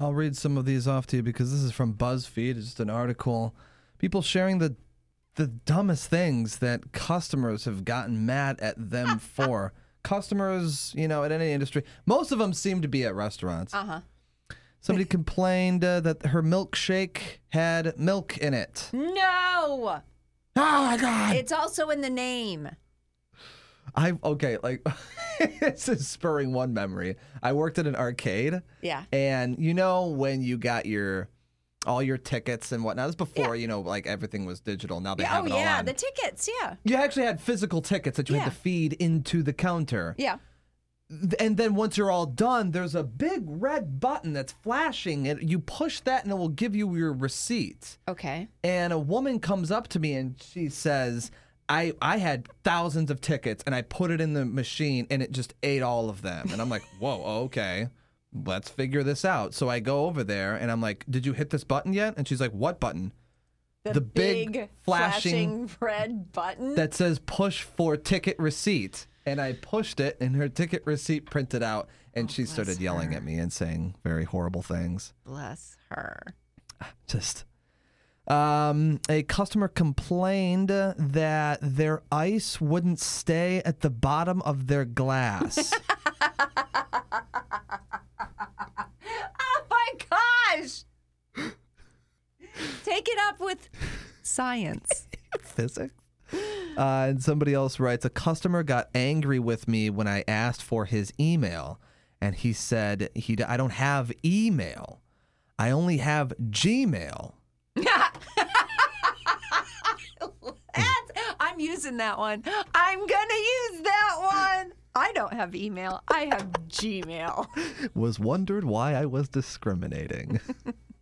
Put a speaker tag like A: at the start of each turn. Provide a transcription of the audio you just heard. A: I'll read some of these off to you because this is from BuzzFeed. It's just an article. People sharing the the dumbest things that customers have gotten mad at them for. Customers, you know, in any industry, most of them seem to be at restaurants.
B: Uh huh.
A: Somebody complained uh, that her milkshake had milk in it.
B: No,
A: Oh my god!
B: it's also in the name.
A: I okay, like this is spurring one memory. I worked at an arcade.
B: Yeah.
A: And you know when you got your all your tickets and whatnot. This was before, you know, like everything was digital. Now they
B: Yeah,
A: have
B: oh
A: it all
B: yeah,
A: on.
B: the tickets. Yeah,
A: you actually had physical tickets that you had
B: Yeah.
A: to feed into the counter.
B: yeah.
A: Th- And then once you're all done, there's a big red button that's flashing and you push that and it will give you your receipt.
B: Okay.
A: And a woman comes up to me and she says, I, I had thousands of tickets and I put it in the machine and it just ate all of them. And I'm like, whoa, okay, let's figure this out. So I go over there and I'm like, did you hit this button yet? And she's like, what button? The big flashing-
B: red button.
A: That says push for ticket receipt. And I pushed it and her ticket receipt printed out and she started yelling at me and saying very horrible things.
B: Bless her.
A: just um, a customer complained that their ice wouldn't stay at the bottom of their glass.
B: Oh my gosh! Take it up with science.
A: Physics. Uh, and somebody else writes, a customer got angry with me when I asked for his email, and he said he d- I don't have email, I only have Gmail.
B: That's, I'm using that one. I'm gonna use that one. I don't have email. I have Gmail.
A: Was wondered why I was discriminating.